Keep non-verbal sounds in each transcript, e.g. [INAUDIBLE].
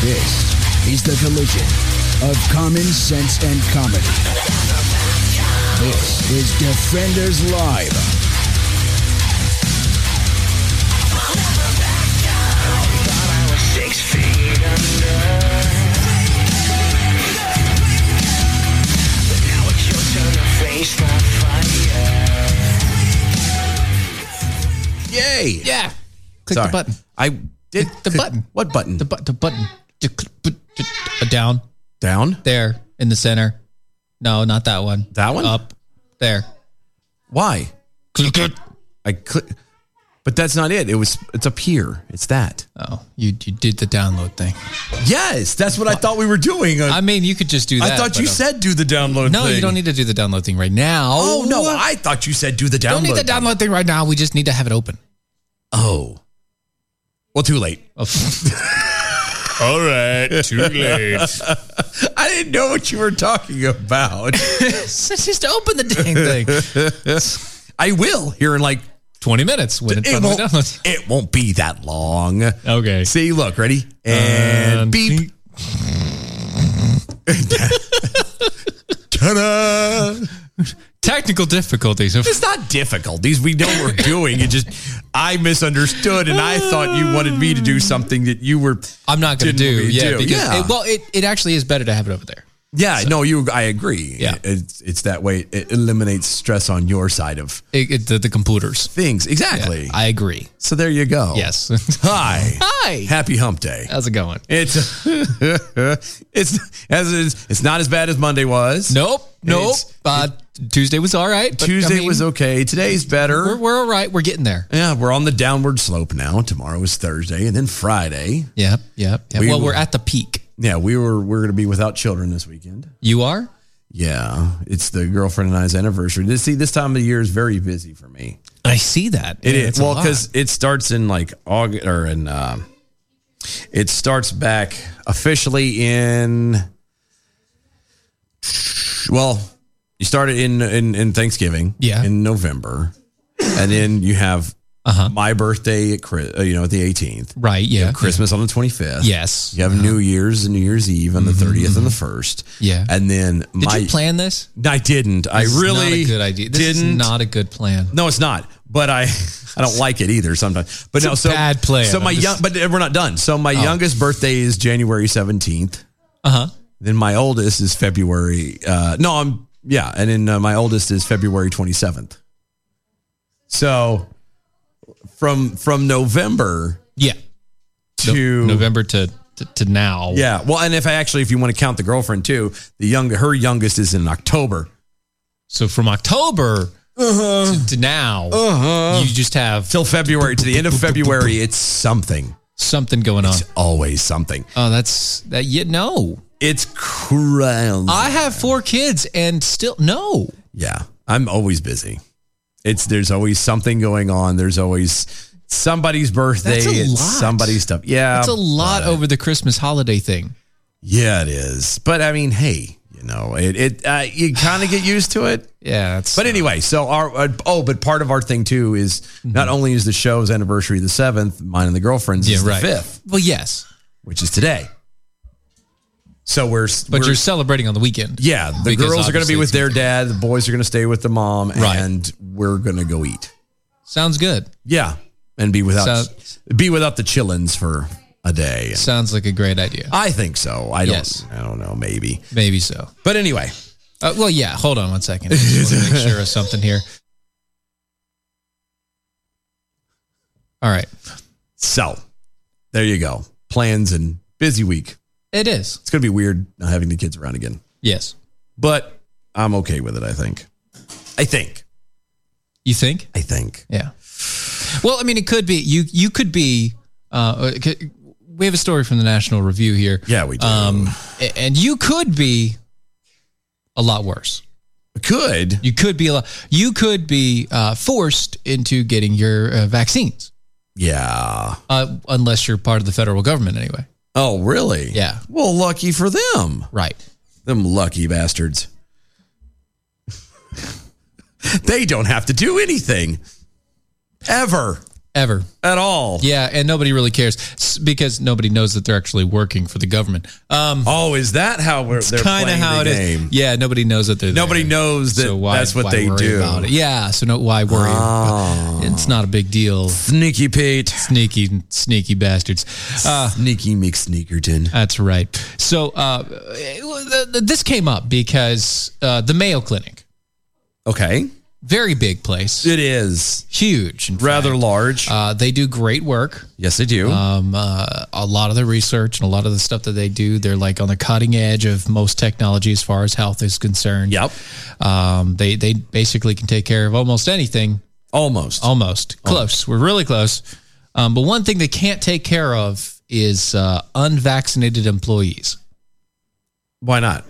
This is the collision of common sense and comedy. This is Defenders Live. Yay! Yeah. Click Sorry. the button. I Click did the button. What button? The, bu- the button. To cl- put- to- uh, Down. down. There. In the center. No, not that one. That one? Up. There. Why? Click it. I click. But that's not it. It was. It's up here. It's that. Oh, you, you did the download thing. Yes, that's what I thought we were doing. I, I mean, you could just do that. I thought but, you uh, said do the download. No, you thing. don't need to do the download thing right now. Oh no, I thought you said do the download. don't need the thing. download thing right now. We just need to have it open. [LAUGHS] Oh, well, too late. Oh, [LAUGHS] f- All right, too late. [LAUGHS] I didn't know what you were [LAUGHS] talking about. just open the dang [LAUGHS] thing. I will here in like 20 minutes when it it finally won't, downloads. it won't be that long. Okay. See, look, ready? And And beep. beep. [LAUGHS] Ta-da! Technical difficulties. [LAUGHS] It's not difficult. These we know we're doing. It just I misunderstood and I thought you wanted me to do something that you were I'm not going to didn't do. want me to Yeah, do. because Yeah. It, well, it, it actually is better to have it over there. Yeah, no, you I agree. Yeah. It's it's that way it eliminates stress on your side of It, it, the, the computers. things. Yeah, Exactly. I agree. so there you go. Yes. [LAUGHS] Hi. Hi. Happy hump day. How's it going? It's [LAUGHS] it's as it is, it's not as bad as Monday was. Nope. Nope. It's- Uh, Tuesday was all right. but, I Tuesday mean, was okay. Today's better. We're, we're all right. We're getting there. yeah, we're on the downward slope now. Tomorrow is Thursday, and then Friday. Yep. Yep. yep. We well, will- we're at the peak. Yeah, we were we're going to be without children this weekend. You are? Yeah, it's the girlfriend and I's anniversary. This see, this time of year is very busy for me. I see that. It Yeah, is it's a well lot. because it starts in like August or in um, it starts back officially in well, you started in in, in Thanksgiving, Yeah. in November, and then you have my birthday at Chri- uh, you know at the 18th, Right. Uh-huh. Yeah. Christmas on the 25th, Yes. You have New Year's and New Year's Eve on the 30th and the first, Mm-hmm, Yeah. and then Did my you plan this? I didn't. I This is really not a good idea. This didn't. is not a good plan. No, it's not. But I, [LAUGHS] I don't like it either sometimes. But It's no, a so bad plan. So my I'm young, just- Oh. but we're not done. So my youngest birthday is January seventeenth. Uh huh. Then my oldest is February. Uh, no, I'm yeah, and then uh, my oldest is February twenty seventh. So from from November Yeah. No- to November to, to, to now. Yeah, well, and if I actually, if you want to count the girlfriend too, the young, her youngest is in October. So from October to, to now, you just have Uh-huh. Till February to the end of February, it's something. something going on. It's always something. Oh, that's that. You no, It's crazy. I have four kids and still no. Yeah, I'm always busy. It's there's always something going on. There's always somebody's birthday. That's a and lot. Somebody's stuff. Yeah, That's a lot over the Christmas holiday thing. yeah, it is. But I mean, hey, you know, it it uh, you kind of get used to it. Yeah, that's But anyway, so our uh, oh, but part of our thing too is Mm-hmm. not only is the show's anniversary the seventh, mine and the girlfriend's yeah, is right. the fifth, Well, yes, which is today. So we're But we're, you're celebrating on the weekend. yeah. The Because girls are going to obviously be with it's- their dad. The boys are going to stay with the mom, Right. and we're going to go eat. Sounds good. Yeah, and be without So- be without the chillins for a day. Sounds like a great idea. I think so. I don't. Yes. I don't know. Maybe. Maybe so. But anyway, Uh, well, yeah. Hold on one second. I just wanna make sure of something here. All right. so there you go. Plans and busy week. It is. It's gonna be weird not having the kids around again, Yes. but I'm okay with it. I think. I think. You think? I think. Yeah. Well, I mean, it could be you. You could be. Uh, it could- we have a story from the National Review here. Yeah, we do. Um, a- and you could be a lot worse. Could. You could be a lot. You could be uh, forced into getting your uh, vaccines, Yeah. uh, unless you're part of the federal government, anyway. Oh, really? Yeah. Well, lucky for them. Right. Them lucky bastards. they don't have to do anything ever Ever. at all. Yeah, and nobody really cares s- because nobody knows that they're actually working for the government. Um, Oh, is that how we're, they're kind of playing how the it is. game? Yeah, nobody knows that they're Nobody there. knows that that's what they worry do. Oh. About it? Yeah, so no, why worry? about it? It's not a big deal. Sneaky Pete. Sneaky, sneaky bastards. Uh, Sneaky McSneakerton. that's right. So uh, it- th- this came up because uh, the Mayo Clinic, Okay. very big place, It is huge, in rather fact. large. Uh, they do great work. yes, they do. Um, uh, a lot of the research and a lot of the stuff that they do, they're like on the cutting edge of most technology as far as health is concerned. yep. Um, they they basically can take care of almost anything Almost. Almost. Close. We're really close. Um, but one thing they can't take care of is uh, unvaccinated employees Why not?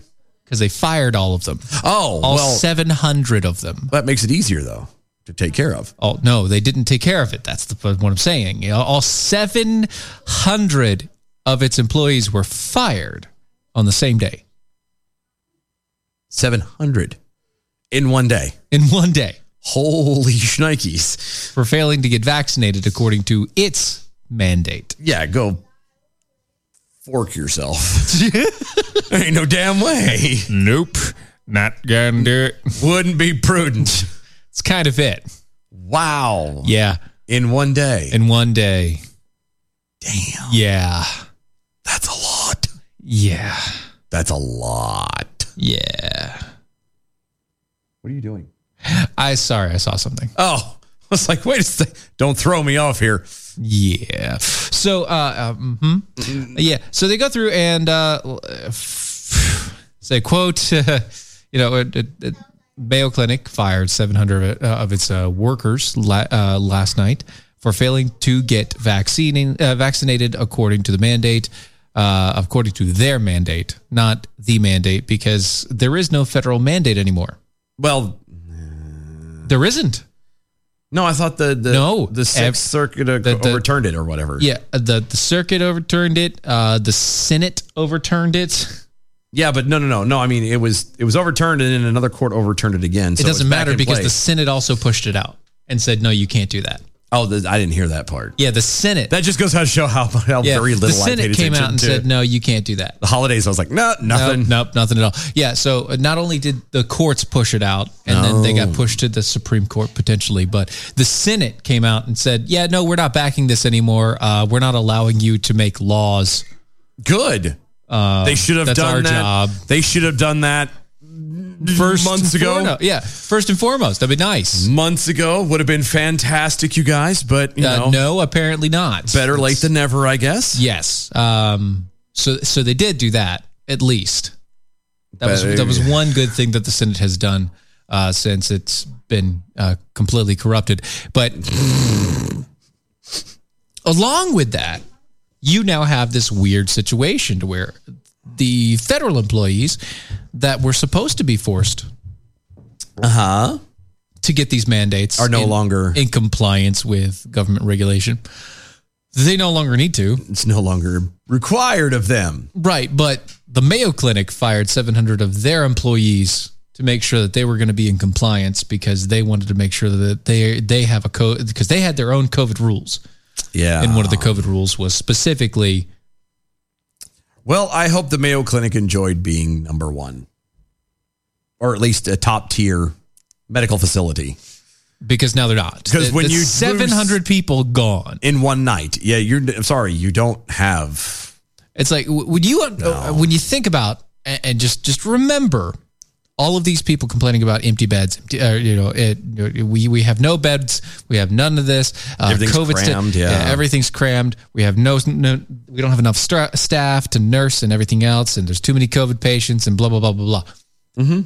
because they fired all of them. Oh, All well, 700 of them. that makes it easier, though, to take care of. Oh, no, they didn't take care of it. That's the, what I'm saying. You know, all 700 of its employees were fired on the same day, 700 in one day. in one day, Holy shnikes. for failing to get vaccinated according to its mandate. Yeah, go [LAUGHS] fork yourself. Ain't no damn way. Nope. Not gonna do it. Wouldn't be prudent. It's kind of it. Wow. Yeah. In one day. In one day. damn. Yeah. That's a lot. Yeah. That's a lot. Yeah. What are you doing? I sorry, I saw something. Oh, I was like, wait a second. Don't throw me off here. Yeah. So uh, uh mhm. yeah, so they go through and uh l- uh, say quote [LAUGHS] you know it, it, it, Mayo Clinic fired 700 of, it, uh, of its uh, workers la- uh, last night for failing to get vaccine uh, vaccinated according to the mandate uh, according to their mandate, not the mandate because there is no federal mandate anymore. Well, There isn't. no, I thought the the No. the Sixth Ev- Circuit uh, the- the- overturned it or whatever. Yeah, uh, the the circuit overturned it. Uh, the Senate overturned [LAUGHS] it. yeah, but no, no, no, no. I mean, it was it was overturned, and then another court overturned it again. It so doesn't it's back matter in because the play. Senate also pushed it out and said, no, you can't do that. oh, the, I didn't hear that part. Yeah, the Senate. That just goes how to show how, [LAUGHS] how yeah, very little the I Senate paid came attention out and to said, no, you can't do that. the holidays. I was like, no, nothing. Nope, nope, nothing at all. Yeah, so uh, not only did the courts push it out, and then they got pushed to the Supreme Court potentially, but the Senate came out and said, "Yeah, no, we're not backing this anymore. Uh, we're not allowing you to make laws." Good. they should have Um, that's done our that. job. They should have done that First months and ago. foremo- yeah. First and foremost, that'd be nice. Months ago would have been fantastic, you guys. But you Uh, know, no, apparently not. better late than never, I guess. Yes. Um. So so they did do that at least. That was But- that was one good thing that the Senate has done uh, since it's been uh, completely corrupted. But along with that, you now have this weird situation to where the federal employees that were supposed to be forced Uh huh. to get these mandates Are no in- longer. in compliance with government regulation. They no longer need to. It's no longer required of them. Right, but the Mayo Clinic fired 700 of their employees to make sure that they were going to be in compliance because they wanted to make sure that they they have a code because they had their own COVID rules, Yeah. and one of the COVID rules was specifically Well, I hope the Mayo Clinic enjoyed being number one, or at least a top tier medical facility because now they're not. 'Cause The- when the you lose- 700 people gone, in one night. Yeah, you're. I'm sorry, you don't have. it's like w- would you uh when you think about a- and just just remember all of these people complaining about empty beds. Empty, uh, you know, it, you know, we we have no beds. We have none of this. Uh, Everything's crammed, yeah. everything's crammed. We have no, no we don't have enough stra- staff to nurse and everything else. And there's too many COVID patients and blah blah blah blah blah. Mm-hmm.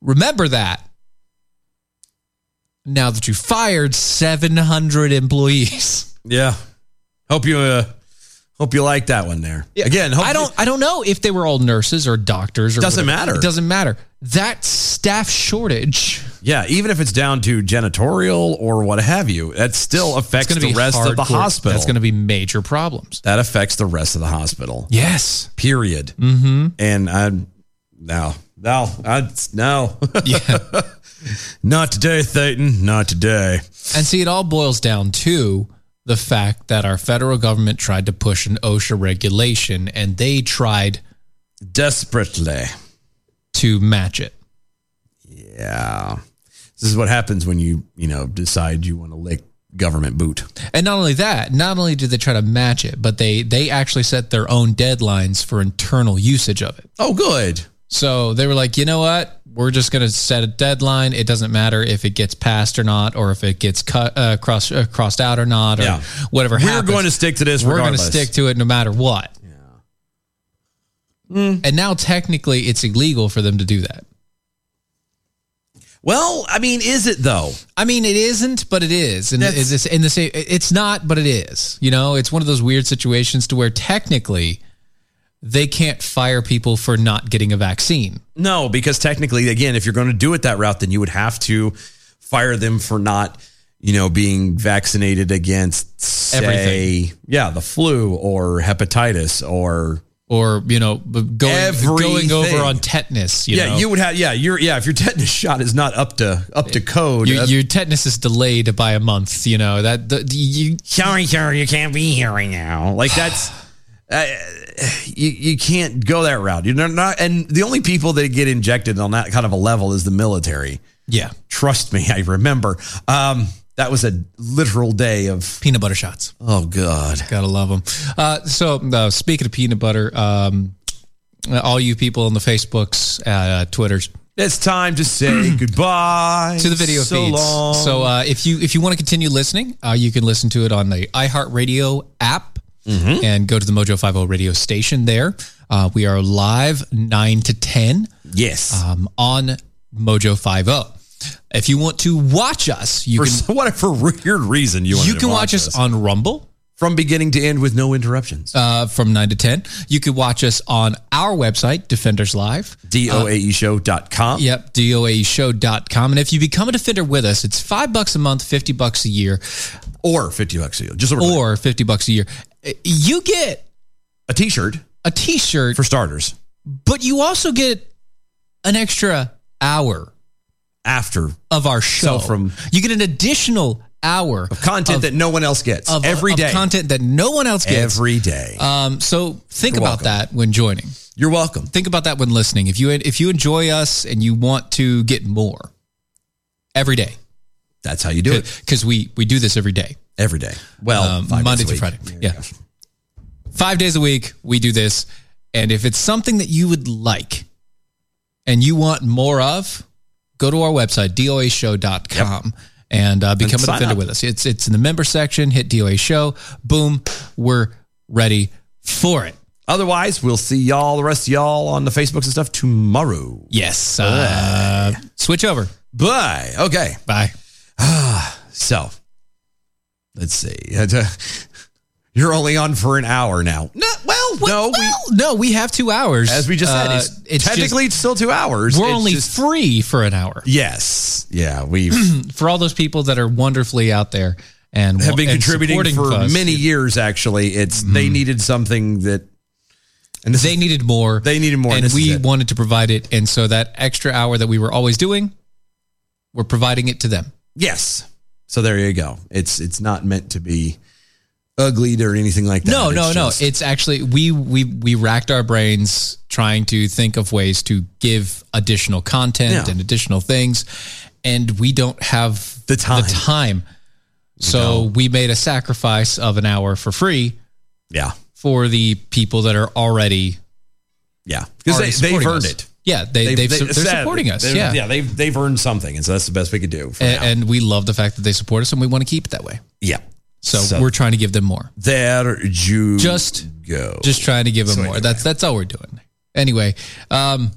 Remember that. Now that you fired 700 employees. [LAUGHS] Yeah, hope you. Uh, hope you like that one there. Again, hope I don't. I don't know if they were all nurses or doctors. Or Doesn't matter. It doesn't matter. That staff shortage. Yeah, even if it's down to janitorial or what have you, that still That's affects going to the be rest of the hardcore. hospital. That's going to be major problems. that affects the rest of the hospital. Yes. Period. Mm-hmm. And I'm no, no, I no, [LAUGHS] Yeah. not today, Thetan. Not today. and see, it all boils down to the fact that our federal government tried to push an OSHA regulation, and they tried Desperately. to match it. Yeah. This is what happens when you you know decide you want to lick government boot. And not only that, not only did they try to match it, but they they actually set their own deadlines for internal usage of it. Oh, good. So they were like, you know what? We're just going to set a deadline. It doesn't matter if it gets passed or not, or if it gets cut uh, cross, uh, crossed out or not, or Yeah. whatever. We're happens. going to stick to this. We're going to regardless. stick to it no matter what. And now technically, it's illegal for them to do that. Well, I mean, is it though? I mean, it isn't, but it is, and That's- is this in the same? It's not, but it is. You know, it's one of those weird situations to where technically they can't fire people for not getting a vaccine. No, because technically, again, if you're going to do it that route, then you would have to fire them for not, you know, being vaccinated against say, Everything. Yeah, the flu or hepatitis or or you know b- going Everything. going over on tetanus. You yeah, know? you would have yeah, you're yeah. If your [LAUGHS] tetanus shot is not up to up to code, You- uh, your tetanus is delayed by a month. You know that the, you sorry, sorry, you can't be here right now. Like that's. Uh, you, you can't go that route. You're not, and the only people that get injected on that kind of a level is the military. yeah Trust me, [LAUGHS] I remember. Um, that was a literal day of peanut butter shots. oh god. Gotta love them. Uh, so uh, speaking of peanut butter, um, all you people on the Facebooks, uh, Twitters. It's time [CLEARS THROAT] to say goodbye to the video so feeds. Long. So uh, if you if you want to continue listening, uh, you can listen to it on the iHeartRadio app and go to the Mojo Five O radio station. There, uh, we are live nine to ten. yes, um, on Mojo 50. If you want to watch us, you for can so- [LAUGHS] whatever weird reason you wanted you to can watch us on Rumble from beginning to end with no interruptions. uh, from 9 to 10. You can watch us on our website, Defenders Live. E DOAEshow.com. Yep, doaeshow.com. And if you become a defender with us, it's 5 bucks a month, 50 bucks a year, or fifty bucks a year. Just over or 50 bucks a year. You get a T-shirt a t-shirt, for starters. but you also get an extra hour After of our show. from- you get an additional hour content that no one else gets of, every of day. content that no one else gets. Every day. Um, so think You're about welcome. that when joining. You're welcome. Think about that when listening. If you if you enjoy us and you want to get more every day, That's how you do it. because we we do this every day, Every day. Well, um, five Monday days through a Friday. week. yeah, five days a week we do this. And if it's something that you would like and you want more of, go to our website doashow.com. And uh, become And a sign defender up. with us. It's it's in the member section. Hit DOA show. Boom, we're ready for it. Otherwise, we'll see y'all, the rest of y'all on the Facebooks and stuff tomorrow. Yes. Uh, switch over. Bye. Okay. Bye. So let's see. [LAUGHS] You're only on for an hour now. No, well, no, well, no, we have two hours. we, as we just Uh, said, it's, technically it's still two hours. just- we're It's only just- free for an hour. yes, yeah, we [CLEARS THROAT] For all those people that are wonderfully out there and have been and contributing supporting for us, many years. Actually, it's they needed something that, and [LAUGHS] this They is- needed more. They needed more, and and this is we it. wanted to provide it. And so that extra hour that we were always doing, we're providing it to them. yes. So there you go. It's it's not meant to be. ugly or anything like that. No, It's no, no. just- It's actually we we we racked our brains trying to think of ways to give additional content Yeah. and additional things, and we don't have The time. The time. So we made a sacrifice of an hour for free yeah, for the people that are already yeah, because already they, they've supporting earned us. it. Yeah, they they've, they, are sadly, supporting us. they've- yeah. yeah, they've they've earned something, and so that's the best we could do. For A- And, now. we love the fact that they support us, and we want to keep it that way. yeah, So, we're trying to give them more. there. You Just- go. Just trying to give them So more. anyway. That's that's all we're doing. Anyway, um,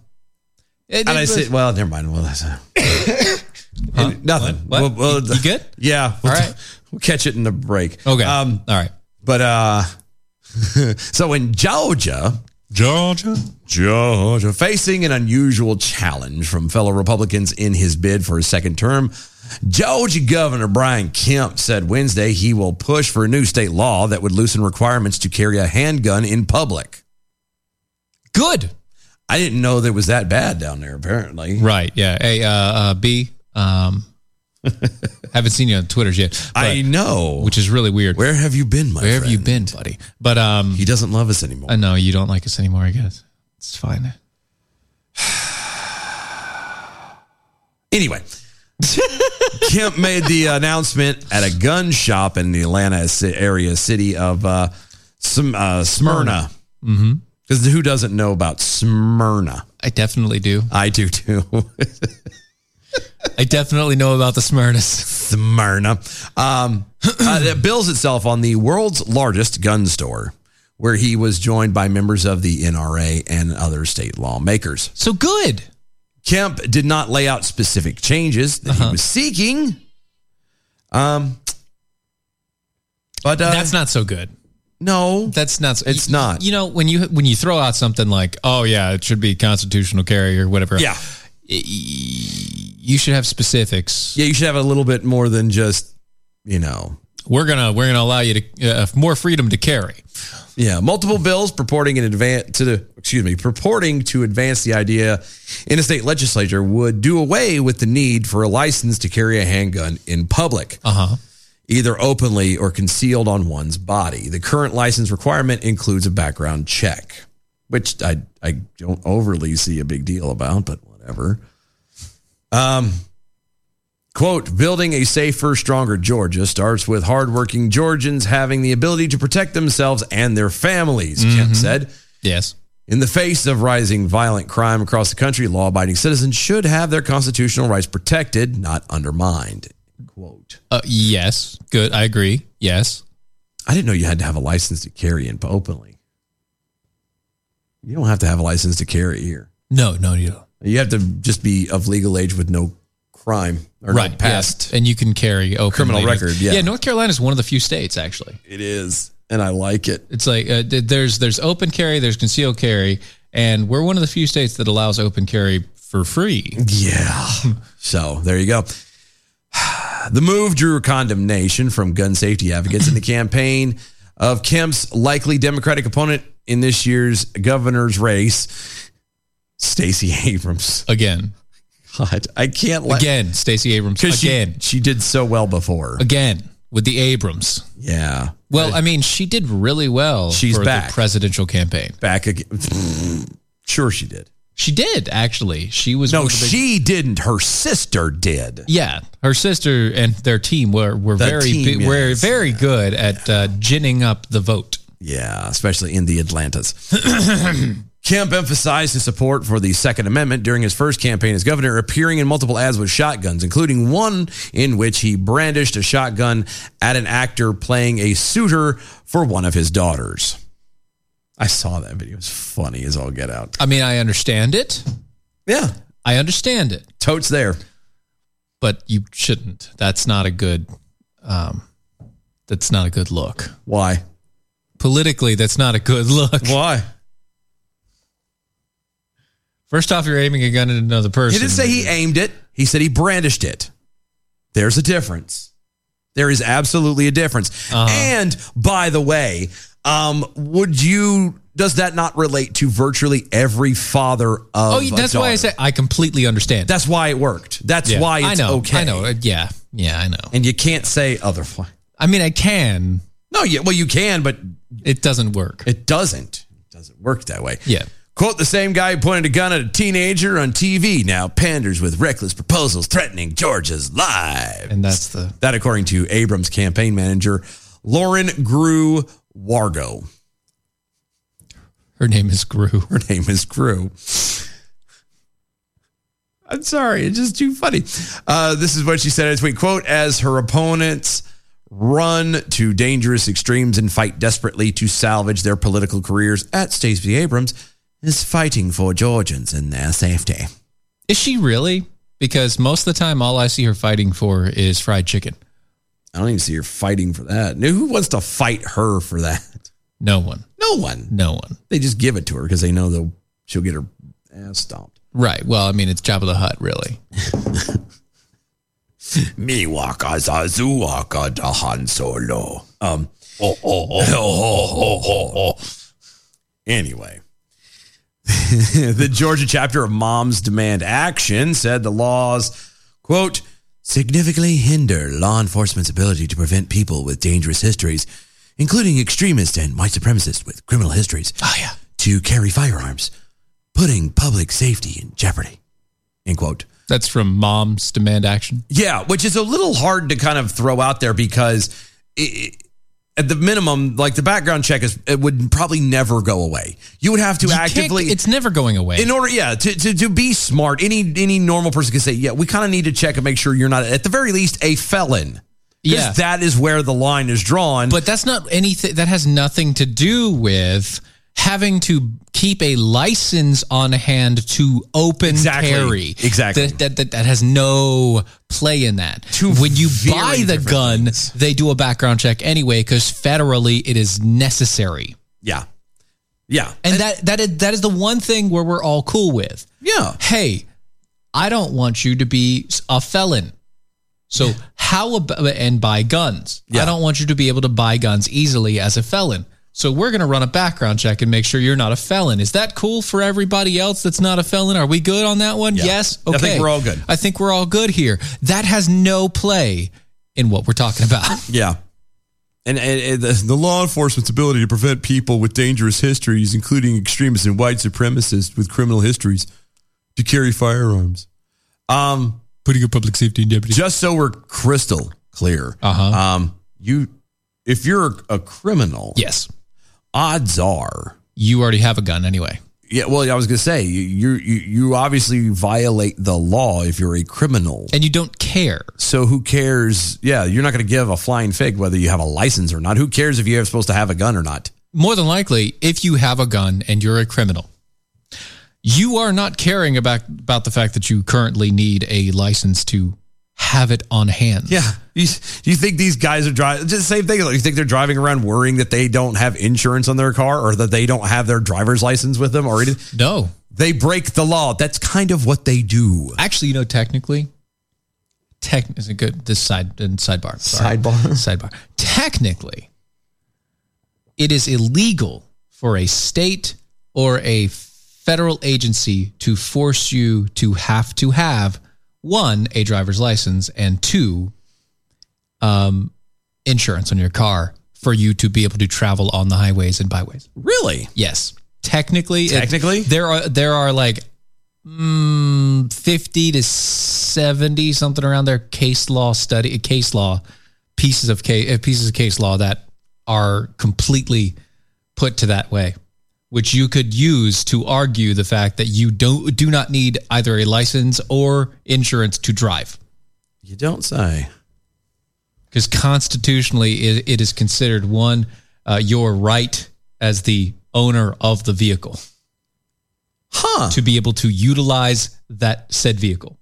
it- it and I was- said, well, never mind. Well, [COUGHS] that's uh, nothing. What? Well, well, You- you good? Yeah. We'll All right. We'll catch it in the break. Okay. Um, all right. But uh [LAUGHS] so in Georgia, Georgia, Georgia, facing an unusual challenge from fellow Republicans in his bid for his second term, Georgia Governor Brian Kemp said Wednesday he will push for a new state law that would loosen requirements to carry a handgun in public. Good. I didn't know that it was that bad down there. Apparently, Right. Yeah. Hey, uh, uh, B. Um, [LAUGHS] haven't seen you on Twitter yet, but- I know. which is really weird. where have you been, my Where have you been, friend? buddy? But um, He doesn't love us anymore. I know you don't like us anymore. I guess it's fine. Anyway, [LAUGHS] Kemp made the announcement at a gun shop in the Atlanta ci- area city of uh, Sm- uh, Smyrna. Because who doesn't know about Smyrna? I definitely do. I do too. [LAUGHS] I definitely know about the Smyrnas. Smyrna. Um, uh, that bills itself on the world's largest gun store, where he was joined by members of the NRA and other state lawmakers. So good. Kemp did not lay out specific changes that Uh-huh. he was seeking. Um, but uh, That's not so good. no. That's not. So, It's you- not. You know when you when you throw out something like, oh yeah, it should be constitutional carry or whatever. yeah, y- you should have specifics. yeah. You should have a little bit more than just you know. We're gonna we're gonna allow you to uh, more freedom to carry. Yeah, multiple bills purporting in advance to the excuse me purporting to advance the idea in a state legislature would do away with the need for a license to carry a handgun in public. Uh huh. either openly or concealed on one's body. The current license requirement includes a background check, which I, I don't overly see a big deal about, but whatever. Um, quote, building a safer, stronger Georgia starts with hardworking Georgians having the ability to protect themselves and their families, Kemp said. Yes. In the face of rising violent crime across the country, law abiding citizens should have their constitutional rights protected, not undermined. Quote. Uh, yes. Good. I agree. Yes. I didn't know you had to have a license to carry in openly. You don't have to have a license to carry here. No. No. You don't. You have to just be of legal age with no crime or no Right. past. Yes. And you can carry open Criminal record, yeah. Yeah. North Carolina is one of the few states actually. It is, and I like it. It's like uh, th- there's there's open carry, there's concealed carry, and we're one of the few states that allows open carry for free. Yeah. so there you go. [SIGHS] The move drew condemnation from gun safety advocates in the campaign of Kemp's likely Democratic opponent in this year's governor's race, Stacey [LAUGHS] Abrams. Again. God, I can't let Again. Stacey Abrams. Because she, Again. she did so well before. again with the Abrams. Yeah. Well, I mean, she did really well She's for back. the presidential campaign. Back again. sure, she did. She did actually. She was No, one of the big- she didn't. Her sister did. yeah, her sister and their team were were The very team, bi- were yes. very good at uh, ginning up the vote. Yeah, especially in [CLEARS THROAT] the Atlantas. Kemp emphasized his support for the Second Amendment during his first campaign as governor, appearing in multiple ads with shotguns, including one in which he brandished a shotgun at an actor playing a suitor for one of his daughters. I saw that video. It's funny as all get out. I mean, I understand it. Yeah, I understand it, totes there. but you shouldn't. That's not a good. Um, that's not a good look. Why? Politically, that's not a good [LAUGHS] look. Why? First off, you're aiming a gun at another person. He didn't say he aimed it. He said he brandished it. There's a difference. There is absolutely a difference. Uh-huh. And by the way, um, would you? Does that not relate to virtually every father of? Oh, a that's why I daughter? said I completely understand. That's why it worked. That's Yeah. why it's I know, okay. I know. Uh, Yeah, yeah, I know. And you can't say otherwise. I mean, I can. No, yeah, well, you can, but It doesn't work. it doesn't. It doesn't work that way. Yeah. Quote the same guy who pointed a gun at a teenager on TV now panders with reckless proposals threatening Georgia's lives. And that's the That, according to Abrams' campaign manager, Lauren Grew Wargo. her name is Gru. Her [LAUGHS] name is Grew. I'm sorry, it's just too funny. Uh, this is what she said in a tweet quote, as her opponents run to dangerous extremes and fight desperately to salvage their political careers at Stacey Abrams is fighting for Georgians and their safety. Is she really? Because most of the time, all I see her fighting for is fried chicken. I don't even see her fighting for that. Who wants to fight her for that? No one. No one. No one. they just give it to her because they know they'll she'll get her ass stomped. Right. Well, I mean, it's Job of the Hut, really. Me waka zazu waka da Han Solo. Um. Oh oh [LAUGHS] oh oh oh oh. oh. Anyway. [LAUGHS] the Georgia chapter of Moms Demand Action said the laws, quote, significantly hinder law enforcement's ability to prevent people with dangerous histories, including extremists and white supremacists with criminal histories, Oh, yeah. to carry firearms, putting public safety in jeopardy. End quote. That's from Mom's Demand Action. Yeah, which is a little hard to kind of throw out there because i i at the minimum, like the background check is it would probably never go away. You would have to You can't- actively. It's never going away. in order, yeah, to, to, to be smart, any any normal person can say, yeah, we kind of need to check and make sure you're not, at the very least, a felon. 'Cause Yeah. that is where the line is drawn. But that's not anything that has nothing to do with having to keep a license on hand to open Exactly. carry. Exactly. That, that, that, that has no play in that. Two when you very buy the different gun, things. they do a background check anyway because federally it is necessary. yeah, yeah, And that that is, that is the one thing where we're all cool with. yeah. Hey, I don't want you to be a felon. So how about and buy guns? Yeah. I don't want you to be able to buy guns easily as a felon. So we're going to run a background check and make sure you're not a felon. Is that cool for everybody else that's not a felon? Are we good on that one? Yeah. Yes. I Okay. think we're all good. I think we're all good here. That has no play in what we're talking about. Yeah. And, and, and the, the law enforcement's ability to prevent people with dangerous histories, including extremists and white supremacists with criminal histories, to carry firearms. Um, Putting a public safety in jeopardy. just so we're crystal clear, Uh-huh. um, you, if you're a criminal, Yes. odds are, You already have a gun anyway. yeah. Well, I was gonna say you, you you you obviously violate the law if you're a criminal. And you don't care. So who cares? Yeah, you're not gonna give a flying fig whether you have a license or not. Who cares if you're supposed to have a gun or not? more than likely, if you have a gun and you're a criminal, you are not caring about about the fact that you currently need a license to have it on hand. Yeah. You, you think these guys are driving just the same thing? Like you think they're driving around worrying that they don't have insurance on their car or that they don't have their driver's license with them or anything? No, They break the law. That's kind of what they do. actually, you know, technically, tech is a good this side and sidebar. Sorry. Sidebar. [LAUGHS] Sidebar. Technically, it is illegal for a state or a federal agency to force you to have to have one a driver's license and two um, insurance on your car for you to be able to travel on the highways and byways. Really? Yes, technically, it- Technically? there are there are like mm, fifty to seventy something around there case law study case law pieces of case pieces of case law that are completely put to that way, which you could use to argue the fact that you don't do not need either a license or insurance to drive. You don't say. Because constitutionally, it, it is considered one, uh, your right as the owner of the vehicle. Huh. to be able to utilize that said vehicle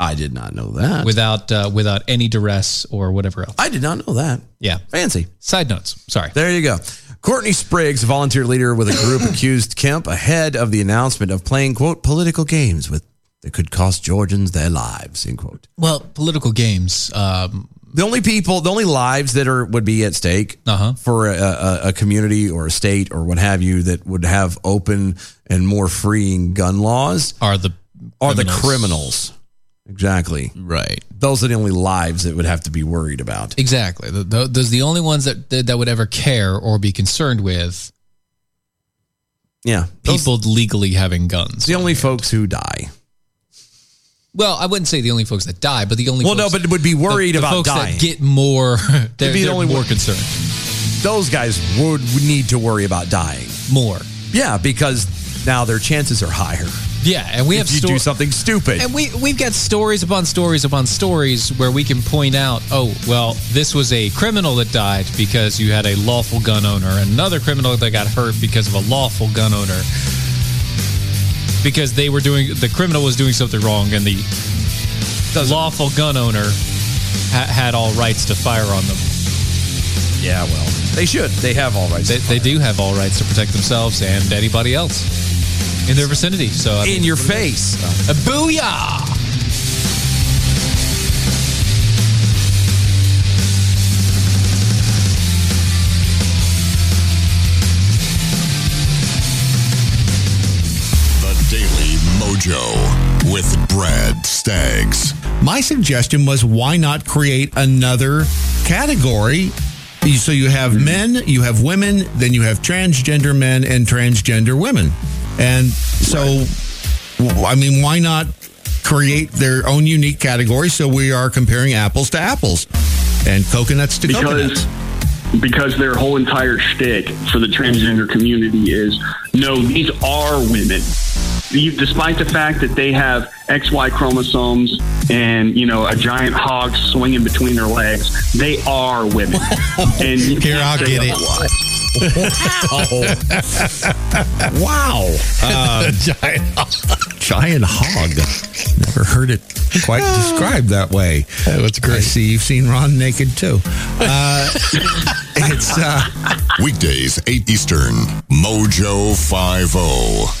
I did not know that. without uh, without any duress or whatever else. I did not know that. Yeah. Fancy. Side notes. Sorry. There you go. Courtney Spriggs, a volunteer leader with a [COUGHS] group, accused Kemp ahead of the announcement of playing, quote, political games with that could cost Georgians their lives, end quote. Well, political games. Um, the only people, the only lives that are would be at stake Uh-huh. for a, a, a community or a state or what have you that would have open and more freeing gun laws are the are the criminals. Exactly. Right. Those are the only lives that would have to be worried about. Exactly. Th th those are the only ones that that that would ever care or be concerned with Yeah. Those, people legally having guns. it's the only folks who die. Well, I wouldn't say the only folks that die, but the only Well, folks, no, but would be the- worried the about folks dying. That get more. [LAUGHS] They're, be the they're only more one- concerned. Those guys would need to worry about dying. More. Yeah, because now their chances are higher. Yeah, and we have if you do stories. something stupid. And we we've got stories upon stories upon stories where we can point out, oh, well, this was a criminal that died because you had a lawful gun owner, another criminal that got hurt because of a lawful gun owner. Because they were doing the criminal was doing something wrong and the the lawful gun owner ha- had all rights to fire on them. yeah, well, they should. They have all rights. They, they do have all rights to protect themselves and anybody else in their vicinity. So I mean, in your face. booyah! The Daily Mojo with Brad Staggs. My suggestion was why not create another category? You- So you have men, you have women, then you have transgender men and transgender women. And so, w- I mean, why not create their own unique category so we are comparing apples to apples and coconuts to coconuts? because because their whole entire shtick for the transgender community is no, these are women. You, despite the fact that they have XY chromosomes and you know a giant hog swinging between their legs, they are women. and you Here, I'll can't say get it. otherwise. Wow. [LAUGHS] Um, [LAUGHS] giant hog. Giant hog. Never heard it quite described that way. That was great. I see you've seen Ron naked too. Uh, it's uh, Weekdays, 8 Eastern, Mojo oh. 50.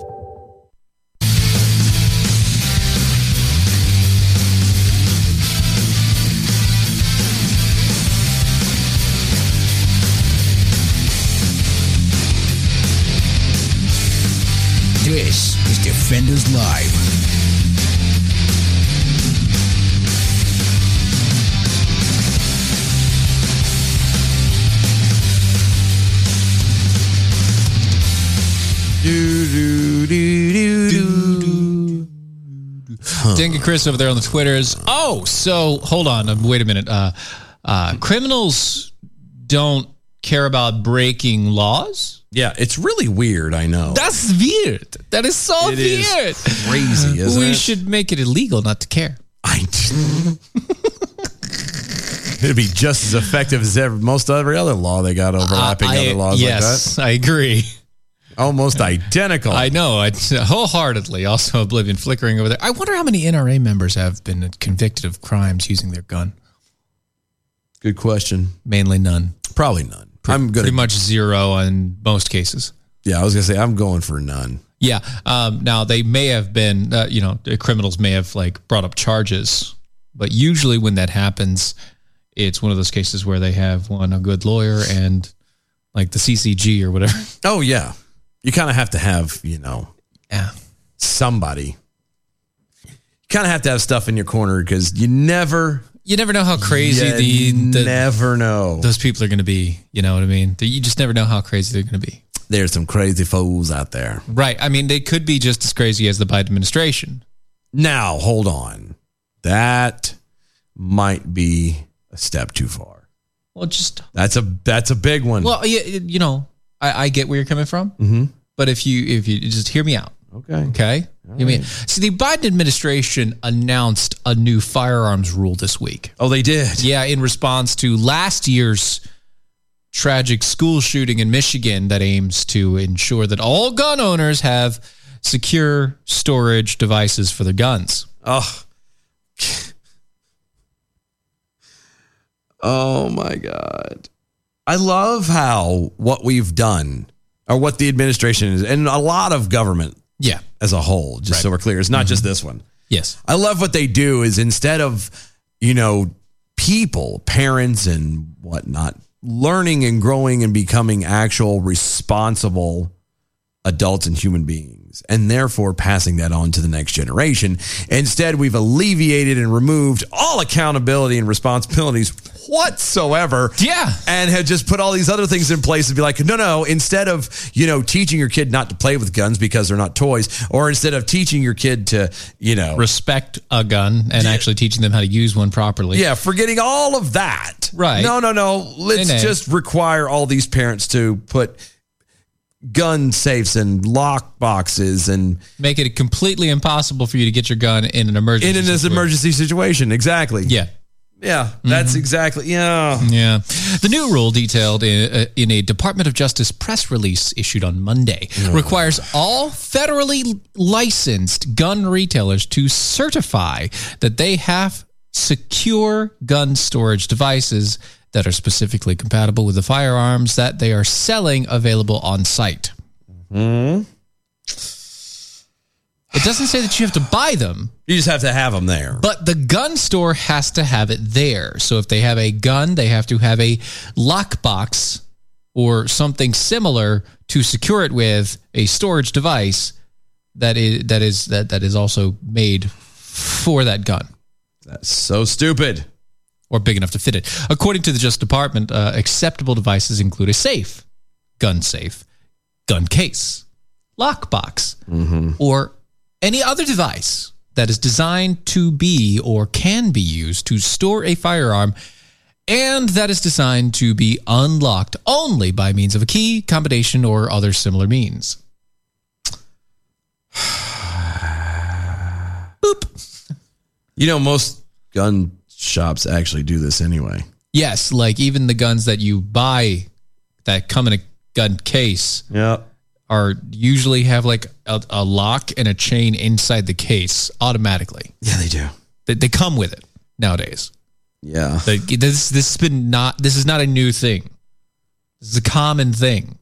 This is Defenders Live. Uh-huh. Dinka Chris over there on the Twitters. Oh, so hold on. um, Wait a minute. Uh, uh, criminals don't care about breaking laws. Yeah, it's really weird, I know. That's weird. That is so It is weird. crazy, isn't we it? should make it illegal not to care. I It'd be just as effective as ever, most every other law they got overlapping Uh, I- other laws yes, I agree. like that. Almost identical. I know. I uh, wholeheartedly. Also, [LAUGHS] Oblivion flickering over there. I wonder how many NRA members have been convicted of crimes using their gun. Good question. Mainly none. Probably none. I'm good. Pretty much zero in most cases. Yeah, I was gonna say I'm going for none. Yeah. Um, now they may have been, uh, you know, the criminals may have like brought up charges, but usually when that happens, it's one of those cases where they have one a good lawyer and like the CCG or whatever. [LAUGHS] Oh yeah, you kind of have to have you know Yeah. somebody. You kind of have to have stuff in your corner because you never, You never know how crazy you the, the never know. those people are going to be. You know what I mean? You just never know how crazy they're going to be. There's some crazy fools out there. Right. I mean, they could be just as crazy as the Biden administration. Now hold on. that might be a step too far. Well, just That's a that's a big one. well, yeah, you know, I, I get where you're coming from, mm-hmm. but if you if you just hear me out, okay, okay, you mean see the Biden administration announced a new firearms rule this week. Oh, they did. Yeah, in response to last year's tragic school shooting in Michigan that aims to ensure that all gun owners have secure storage devices for their guns. Oh. Oh my God. I love how what we've done or what the administration is and a lot of government Yeah. as a whole, just so we're clear. It's not Mm-hmm. just this one. Yes. I love what they do is instead of, you know, people, parents and whatnot, learning and growing and becoming actual responsible adults and human beings, and therefore passing that on to the next generation. Instead, we've alleviated and removed all accountability and responsibilities whatsoever. Yeah. And have just put all these other things in place and be like, no, no, instead of, you know, teaching your kid not to play with guns because they're not toys, or instead of teaching your kid to, you know, Respect a gun and actually teaching them how to use one properly. Yeah, forgetting all of that. Right. No, no, no. Let's Nay, nay. just require all these parents to put gun safes and lock boxes and Make it completely impossible for you to get your gun in an emergency. in an situation. emergency situation. Exactly. Yeah. Mm-hmm. Yeah. That's exactly. Yeah. Yeah. The new rule, detailed in, uh, in a Department of Justice press release issued on Monday, requires all federally licensed gun retailers to certify that they have secure gun storage devices that are specifically compatible with the firearms that they are selling available on site. It doesn't say that you have to buy them. You just have to have them there. But the gun store has to have it there. So if they have a gun, they have to have a lockbox or something similar to secure it with a storage device that is that is that that is also made for that gun That's so stupid. or big enough to fit it. According to the Justice Department, uh, acceptable devices include a safe, gun safe, gun case, lockbox, or any other device that is designed to be or can be used to store a firearm and that is designed to be unlocked only by means of a key, combination, or other similar means. You know, most gun shops actually do this anyway. Yes, like even the guns that you buy that come in a gun case Yeah. are usually have like a, a lock and a chain inside the case automatically. Yeah, they do. They, they come with it nowadays. Yeah. They- this this has been not this is not a new thing. This is a common thing.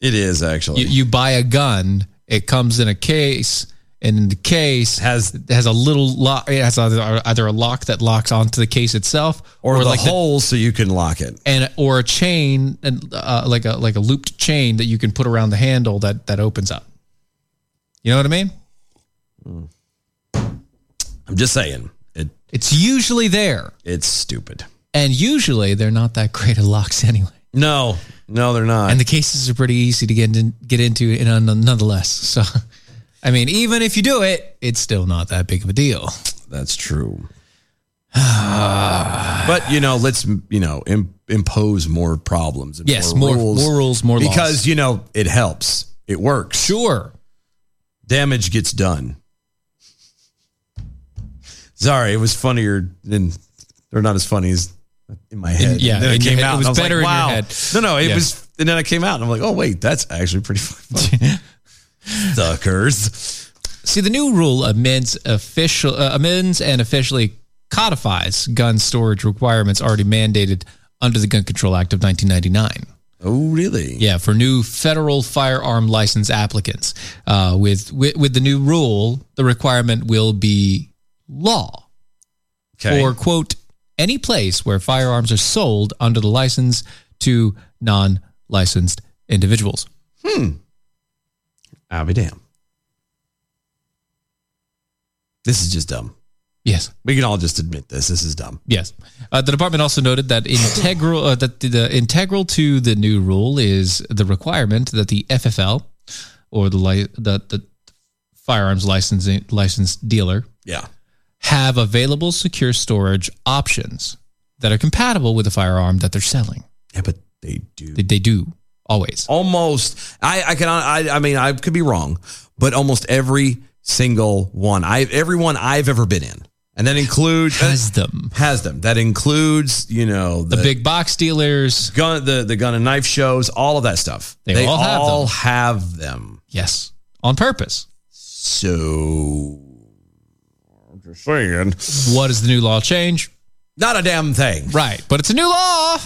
It is actually. You, you buy a gun, it comes in a case, and in the case has it has a little lock. It has either, either a lock that locks onto the case itself, or, the like the- hole so you can lock it. and or a chain and uh, like a like a looped chain that you can put around the handle that that opens up. You know what I mean? I'm just saying. It It's usually there, it's stupid. and usually they're not that great at locks anyway. No. No, they're not. And the cases are pretty easy to get in, get into, and un- nonetheless. So, I mean, even if you do it, it's still not that big of a deal. That's true. [SIGHS] but you know, let's you know Im- impose more problems. And Yes, more- more rules, more laws. because you know it helps. It works. Sure. Damage gets done. Sorry, it was funnier than they're not as funny as in my head. yeah, and then in it your came head. out. It was and I better in like, your wow. head. No, no, it Yeah. was. And then I came out, and I'm like, oh wait, that's actually [LAUGHS] pretty [LAUGHS] funny. Suckers. See, the new rule amends official uh, amends and officially codifies gun storage requirements already mandated under the Gun Control Act of 1999. Oh really? Yeah, for new federal firearm license applicants, uh, with, with with the new rule, the requirement will be law Okay. or quote any place where firearms are sold under the license to non-licensed individuals. I'll be damned. This is just dumb. Yes. We can all just admit this. This is dumb. Yes. Uh, the department also noted that integral uh, that the, the integral to the new rule is the requirement that the FFL or the li- the, the firearms licensing licensed dealer Yeah. have available secure storage options that are compatible with the firearm that they're selling. Yeah, but they do. They, they do always. Almost. I, I can. I, I mean, I could be wrong, but almost every single one, I every one I've ever been in, and that includes uh, has them, has them. That includes you know The big box dealers, gun, the the gun and knife shows, all of that stuff. They all have them. have them. Yes, on purpose. So, I'm just saying, what does the new law change? Not a damn thing. Right, but it's a new law.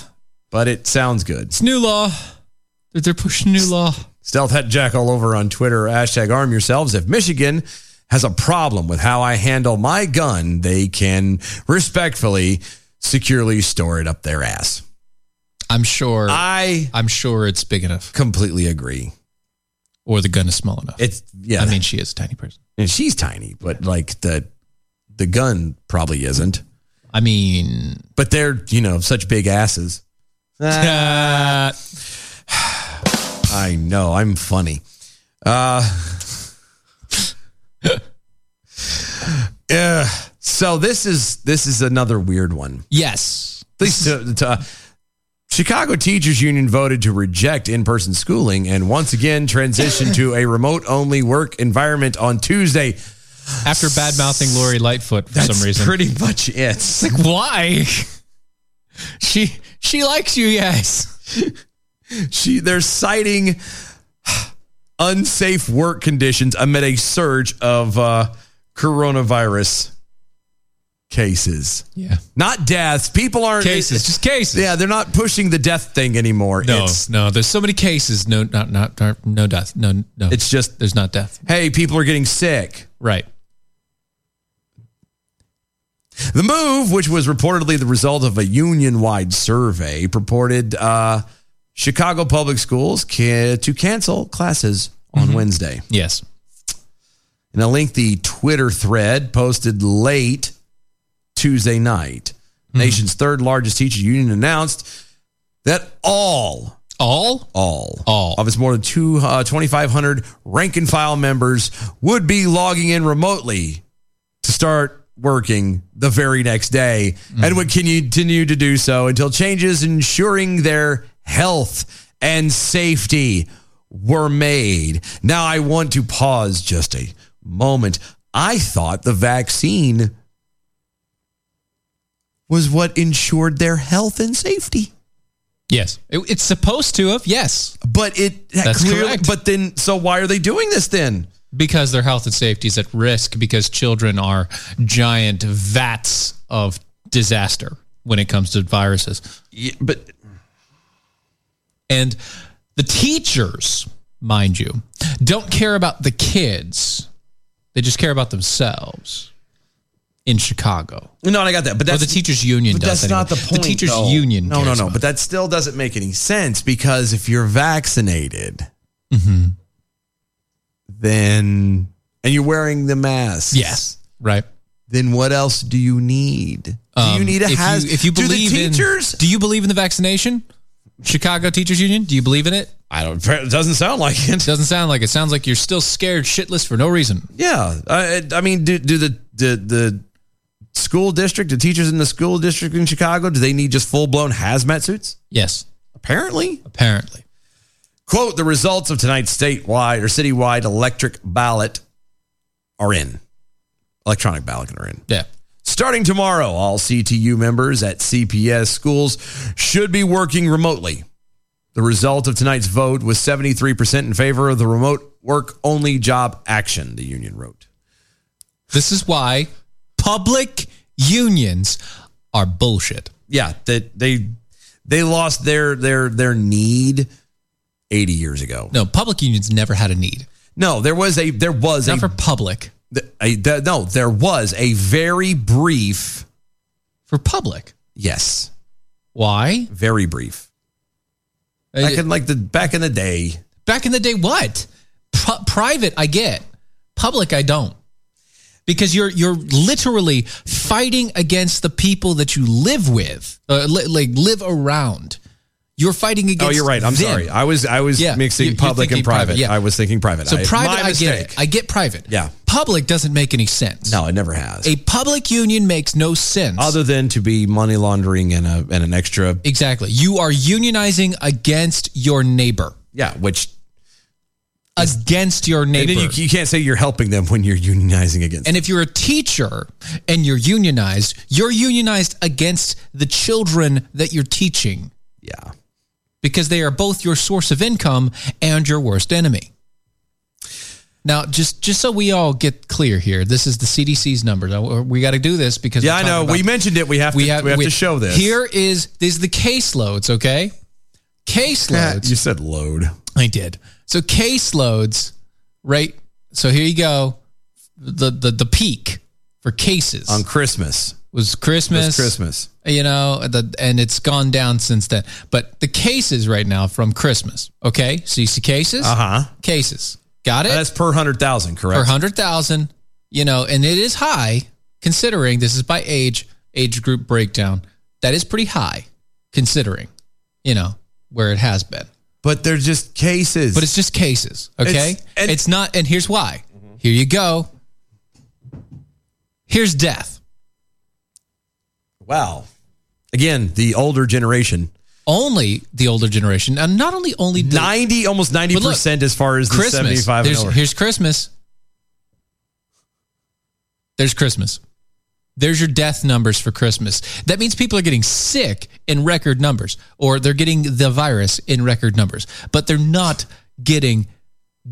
But it sounds good. It's new law. They're, they're pushing new law. Stealth Hat Jack all over on Twitter. Hashtag arm yourselves. If Michigan has a problem with how I handle my gun, they can respectfully, securely store it up their ass. I'm sure. I I'm sure it's big enough. Completely agree. Or the gun is small enough. It's yeah. I mean, she is a tiny person. And she's tiny, but like the the gun probably isn't. I mean, but they're you know such big asses. [SIGHS] I know. I'm funny. Uh, yeah. So this is this is another weird one. Yes. This to, to- uh, Chicago Teachers Union voted to reject in-person schooling and once again transition to a remote-only work environment on Tuesday. After bad mouthing Lori Lightfoot for That's some reason. pretty much it. It's like why? she she likes you guys. she they're citing unsafe work conditions amid a surge of uh, coronavirus cases. Yeah. Not deaths. People aren't Cases, just cases. Yeah, they're not pushing the death thing anymore. No, It's no. There's so many cases. No, not not not- no death. No, no. it's just there's not death. hey, people are getting sick. Right. The move, which was reportedly the result of a union wide survey, purported uh, Chicago public schools ca- to cancel classes Mm-hmm. on Wednesday. Yes. In a lengthy Twitter thread posted late Tuesday night, Hmm. nation's third largest teacher union announced that all All all All. of its more than two, uh, 2,500 rank and file members would be logging in remotely to start working the very next day and would continue to do so until changes ensuring their health and safety were made. Now, I want to pause just a moment. I thought the vaccine was what ensured their health and safety. Yes. It- it's supposed to have. Yes. But it that That's clearly, correct. but then, so why are they doing this then? Because their health and safety is at risk. Because children are giant vats of disaster when it comes to viruses. Yeah, but And the teachers, mind you, don't care about the kids. They just care about themselves in Chicago. no, I got that. But Well, that's the teachers' union But does that's not the anyway. point. The teachers' though. union. No, no, cares no. about But that still doesn't make any sense because if you're vaccinated, Mm-hmm. then and you're wearing the mask, it. yes, right. Then what else do you need? Do you Um, need a if has? You, if you believe do the teachers? in, do you believe in the vaccination? Chicago Teachers Union. Do you believe in it? I don't. It doesn't sound like it. Doesn't sound like it. Sounds like you're still scared shitless for no reason. [LAUGHS] Yeah, I, I mean, do do the the the school district, the teachers in the school district in Chicago, do they need just full blown hazmat suits? Yes, Apparently, apparently. Quote, the results of tonight's statewide or citywide electric ballot are in. Electronic ballot are in. Yeah. Starting tomorrow, all CTU members at CPS schools should be working remotely. The result of tonight's vote was 73% in favor of the remote work only job action, the union wrote. This is why public unions are bullshit. Yeah, that they they lost their their their need 80 years ago. No, public unions never had a need. No, there was a there was Not a for public. th- a, th- no, there was a very brief, For public. yes, Why? very brief. Back in like the back in the day, Back in the day, what? Pri private, I get. Public, I don't. Because you're you're literally fighting against the people that you live with, uh, li- like live around. You're fighting against. Oh, you're right. I'm them. sorry. I was I was Yeah, mixing you- you're public and thinking private. private, yeah. I was thinking private. So private, my I get mistake. it. I get private. Yeah. Public doesn't make any sense. No, it never has. A public union makes no sense. Other than to be money laundering and a and an extra exactly. You are unionizing against your neighbor. yeah, which Against your and neighbor. then you, you can't say you're helping them when you're unionizing against. And if you're a teacher and you're unionized, you're unionized against the children that you're teaching. Yeah. Because they are both your source of income and your worst enemy. Now, just just so we all get clear here, this is the CDC's numbers. I- We got to do this because yeah, we're I talking know. about- We mentioned it. We have to we have, to show this. Here is these are the caseloads. Okay, caseloads. you said load. I did. So caseloads, right? So here you go. The the the peak for cases on Christmas was Christmas. was Christmas. You know, the, and it's gone down since then. But the cases right now from Christmas. Okay, so you see cases. Uh-huh. Oh, Cases. Got it. That's per hundred thousand, correct? Per hundred thousand. You know, and it is high considering this is by age age group breakdown. That is pretty high considering, you know, where it has been. But they're just cases. But it's just cases. Okay. It's- Mm-hmm. It's, not, and here's why. Here you go. Here's death. Wow. Again, the older generation. Only the older generation. And not only only the- Ninety, almost But ninety look, percent as far as the seventy-five and There's- over. Here's Christmas. There's Christmas. There's your death numbers for Christmas. That means people are getting sick in record numbers, or they're getting the virus in record numbers, but they're not getting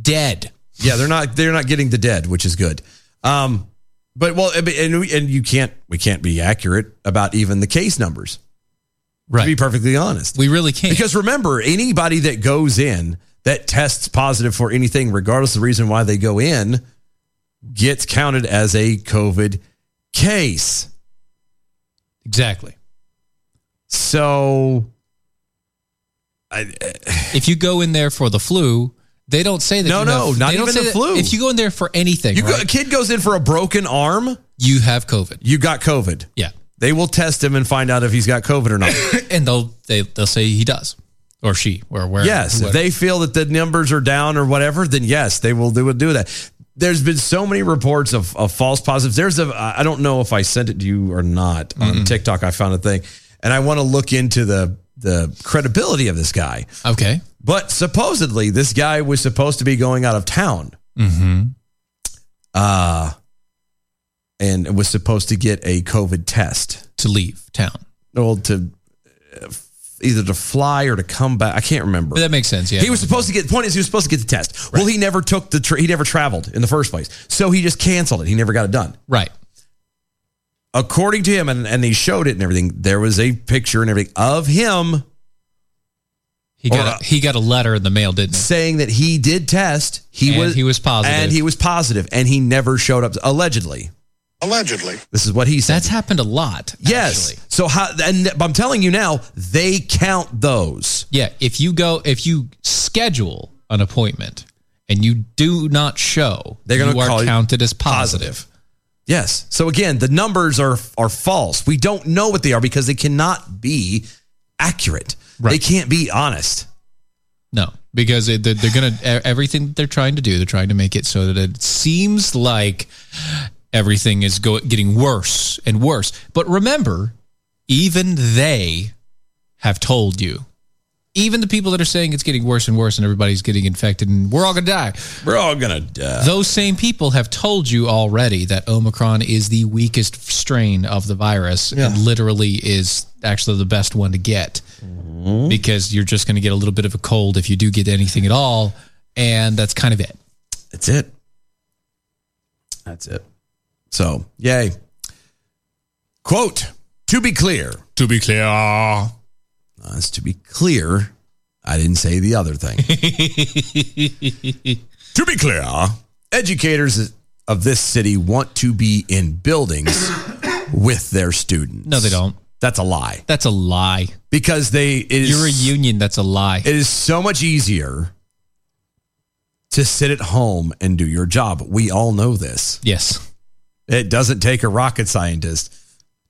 dead. Yeah, they're not they're not getting the dead, which is good. Um, but well, and and you can't we can't be accurate about even the case numbers. Right. To be perfectly honest, we really can't because remember anybody that goes in that tests positive for anything, regardless of the reason why they go in, gets counted as a COVID case. Exactly. So if you go in there for the flu, they don't say that. No, you no, have- not they don't even say the that- flu. If you go in there for anything, You go, right? a kid goes in for a broken arm. You have COVID. You got COVID. Yeah. [CLEARS THROAT] They will test him and find out if he's got COVID or not. and they'll they, they'll say he does or she or where. yes. If whoever. they feel that the numbers are down or whatever, then yes, they will do, do that. There's been so many reports of, of false positives. There's a, I don't know if I sent it to you or not on TikTok. I found a thing and I want to look into the, the credibility of this guy. okay. But supposedly this guy was supposed to be going out of town. Mm-hmm. uh, and was supposed to get a COVID test to leave town. Well, to uh, either to fly or to come back. I can't remember. That makes sense. Yeah. he was supposed to get. The point is, he was supposed to get the test. Well, he never took the. Tra- he never traveled in the first place, so he just canceled it. He never got it done. Right. According to him, and, and he showed it and everything. There was a picture and everything of him He got a, he got a letter in the mail, didn't he? saying that he did test. He And was he was positive. and he was positive, and he never showed up. Allegedly, Allegedly. this is what he said. That's happened a lot. Yes. So how? And I'm telling you now, they count those. Yeah. If you go, if you schedule an appointment and you do not show, They're gonna you are call you counted as positive. Yes. So again, the numbers are are false. We don't know what they are because they cannot be accurate. They can't be honest. No, because it, they're, they're going to everything that they're trying to do. They're trying to make it so that it seems like everything is go, getting worse and worse. But remember, even they have told you. Even the people that are saying it's getting worse and worse and everybody's getting infected and we're all going to die. We're all gonna die. Those same people have told you already that Omicron is the weakest strain of the virus and literally is actually the best one to get Mm-hmm. because you're just going to get a little bit of a cold if you do get anything at all. And that's kind of it. That's it. That's it. So yay. Quote. To be clear. To be clear. That's to be clear. I didn't say the [LAUGHS] other thing. to be clear, educators of this city want to be in buildings with their students. No, they don't. That's a lie. That's a lie. Because they it is You're a union. That's a lie. It is so much easier to sit at home and do your job. We all know this. Yes. It doesn't take a rocket scientist.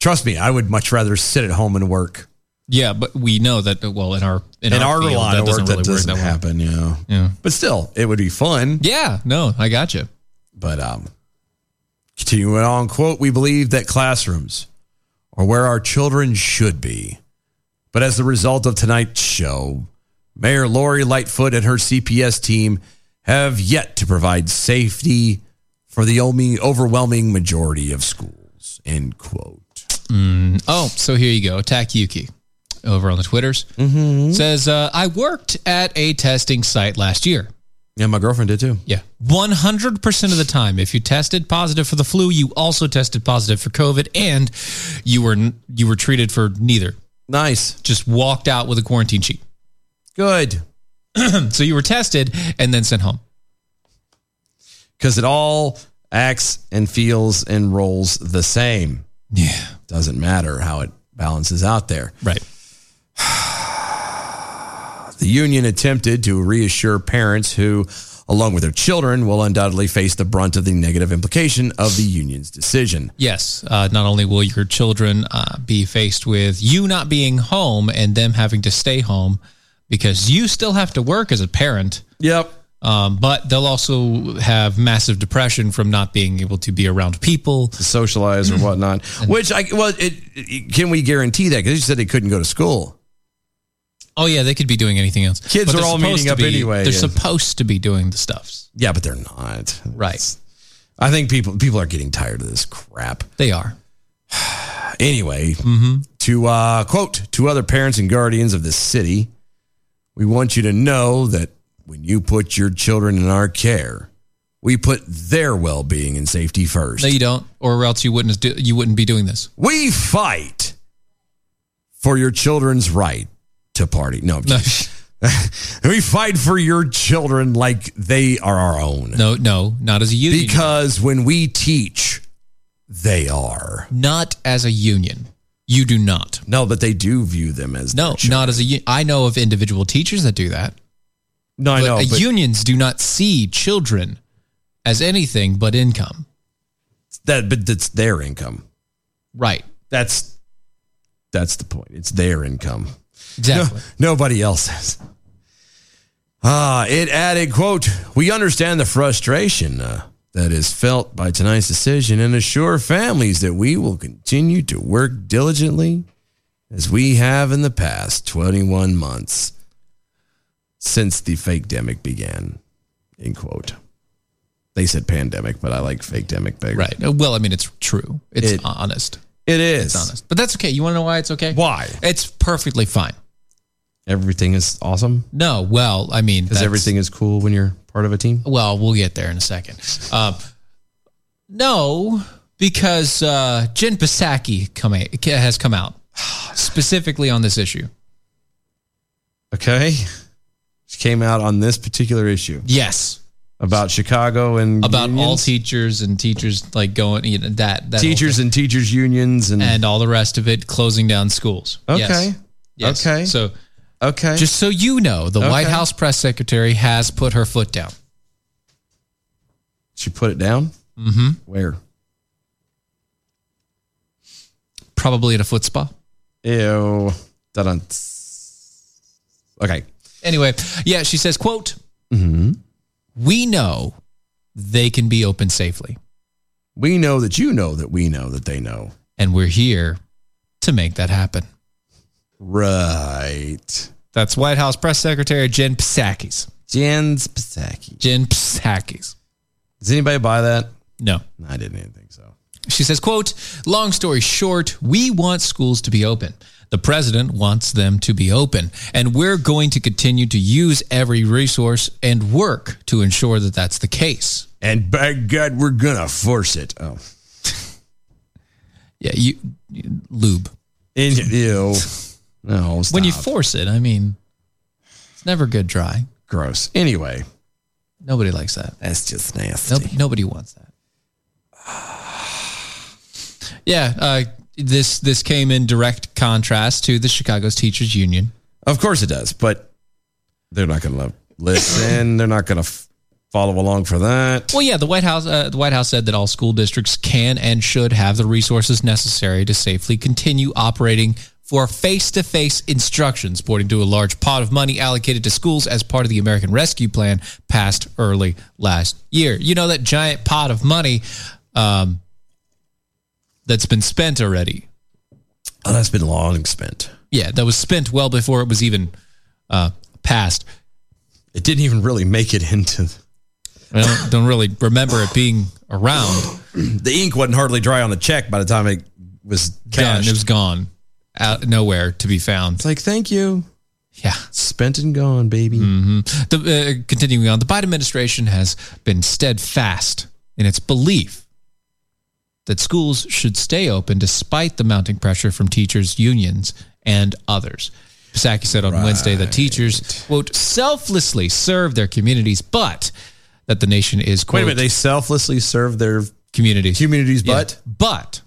Trust me, I would much rather sit at home and work. Yeah, but we know that well in our in, our, field, line that of work doesn't really that doesn't work that happen. Yeah, yeah. But still, it would be fun. Yeah, no, I got you. But um, continuing on, quote: We believe that classrooms are where our children should be. But as a result of tonight's show, Mayor Lori Lightfoot and her CPS team have yet to provide safety for the only overwhelming majority of schools. End quote. Mm, oh, so here you go. Attack Yuki over on the Twitters Mm-hmm. says, uh, I worked at a testing site last year. Yeah, my girlfriend did too. Yeah. 100% of the time, if you tested positive for the flu, you also tested positive for COVID and you were, you were treated for neither. Nice. Just walked out with a quarantine sheet. Good. [CLEARS THROAT] so you were tested and then sent home. Because it all acts and feels and rolls the same. Yeah. Doesn't matter how it balances out there. Right. The union attempted to reassure parents who, along with their children, will undoubtedly face the brunt of the negative implication of the union's decision. Yes. Uh, not only will your children uh, be faced with you not being home and them having to stay home because you still have to work as a parent. Yep. Um, but they'll also have massive depression from not being able to be around people, to socialize or whatnot. Which I well, it, it- can we guarantee that? Because you said they couldn't go to school. Oh yeah, they could be doing anything else. Kids But are they're all supposed meeting to up be- anyway. They're supposed to be doing the stuffs. Yeah, but they're not. Right. I think people people are getting tired of this crap. They are. Anyway, Mm-hmm. to uh, quote to other parents and guardians of this city, we want you to know that when you put your children in our care, we put their well being and safety first. No, you don't, or else you wouldn't do, you wouldn't be doing this. We fight for your children's right to party. No, I'm kidding. [LAUGHS] we fight for your children like they are our own. No, no, not as a union. Because when we teach, they are. Not as a union. You do not. No, but they do view them as no, not as a. u- I know of individual teachers that do that. No, but I know. uh, but- unions do not see children as anything but income. that but that's their income [LAUGHS] right that's that's the point it's their income Exactly. No- nobody else's ah it added quote we understand the frustration uh, that is felt by tonight's decision and assure families that we will continue to work diligently as we have in the past 21 months since the fake demic began end quote they said pandemic but i like fake demic better Right. Uh, Well, I mean, it's true. It's It- honest. It is. It's honest. But that's okay. You want to know why it's okay? Why? It's perfectly fine. Everything is awesome. No, well, I mean, Because that's- everything is cool when you're part of a team. Well, we'll get there in a second. Um, no, because uh, Jen Psaki come a- has come out specifically on this issue. Okay. She came out on this particular issue. Yes. About Chicago and About all unions? teachers and teachers like going you know, that, that whole teachers and teachers unions and and all the rest of it closing down schools. Okay. Okay. So okay. Just so you know, the Okay. White House press secretary has put her foot down. She put it down. Mm-hmm. Where? Probably at a foot spa. Ew. Dun-dun. Okay. Anyway, yeah, she says, "quote Mm-hmm. We know they can be open safely, We know that you know that we know that they know. and we're here to make that happen." Right. That's White House press secretary Jen Psaki's. Jen Psaki. Jen Psaki's. Does anybody buy that? No. I didn't even think so. She says, quote, long story short, we want schools to be open. The president wants them to be open, and we're going to continue to use every resource and work to ensure that that's the case. And by God, we're going to force it. Oh. yeah, you lube. And, ew. No, When you stop. force it, I mean, it's never good dry. Gross. Anyway, Nobody likes that. That's just nasty. Nobody, nobody wants that. Yeah, uh, this this came in direct contrast to the Chicago's teachers union. Of course it does, but they're not going to listen. they're not going to f- follow along for that. Well, yeah, the White House uh, the White House said that all school districts can and should have the resources necessary to safely continue operating for face-to-face instructions, pointing to a large pot of money allocated to schools as part of the American Rescue Plan passed early last year. You know that giant pot of money um, that's been spent already. Oh, that's been long spent. Yeah, that was spent well before it was even uh, passed. It didn't even really make it into. I don't, don't really remember it being around. [CLEARS THROAT] the ink wasn't hardly dry on the check by the time it was Done. cashed. It was gone, out nowhere to be found. It's like thank you. Yeah. Spent and gone, baby. The, uh, continuing on, the Biden administration has been steadfast in its belief that schools should stay open despite the mounting pressure from teachers, unions, and others. Psaki said on Wednesday that teachers, quote, selflessly serve their communities, but that the nation is, quote, Wait a minute. They selflessly serve their communities. Communities, but but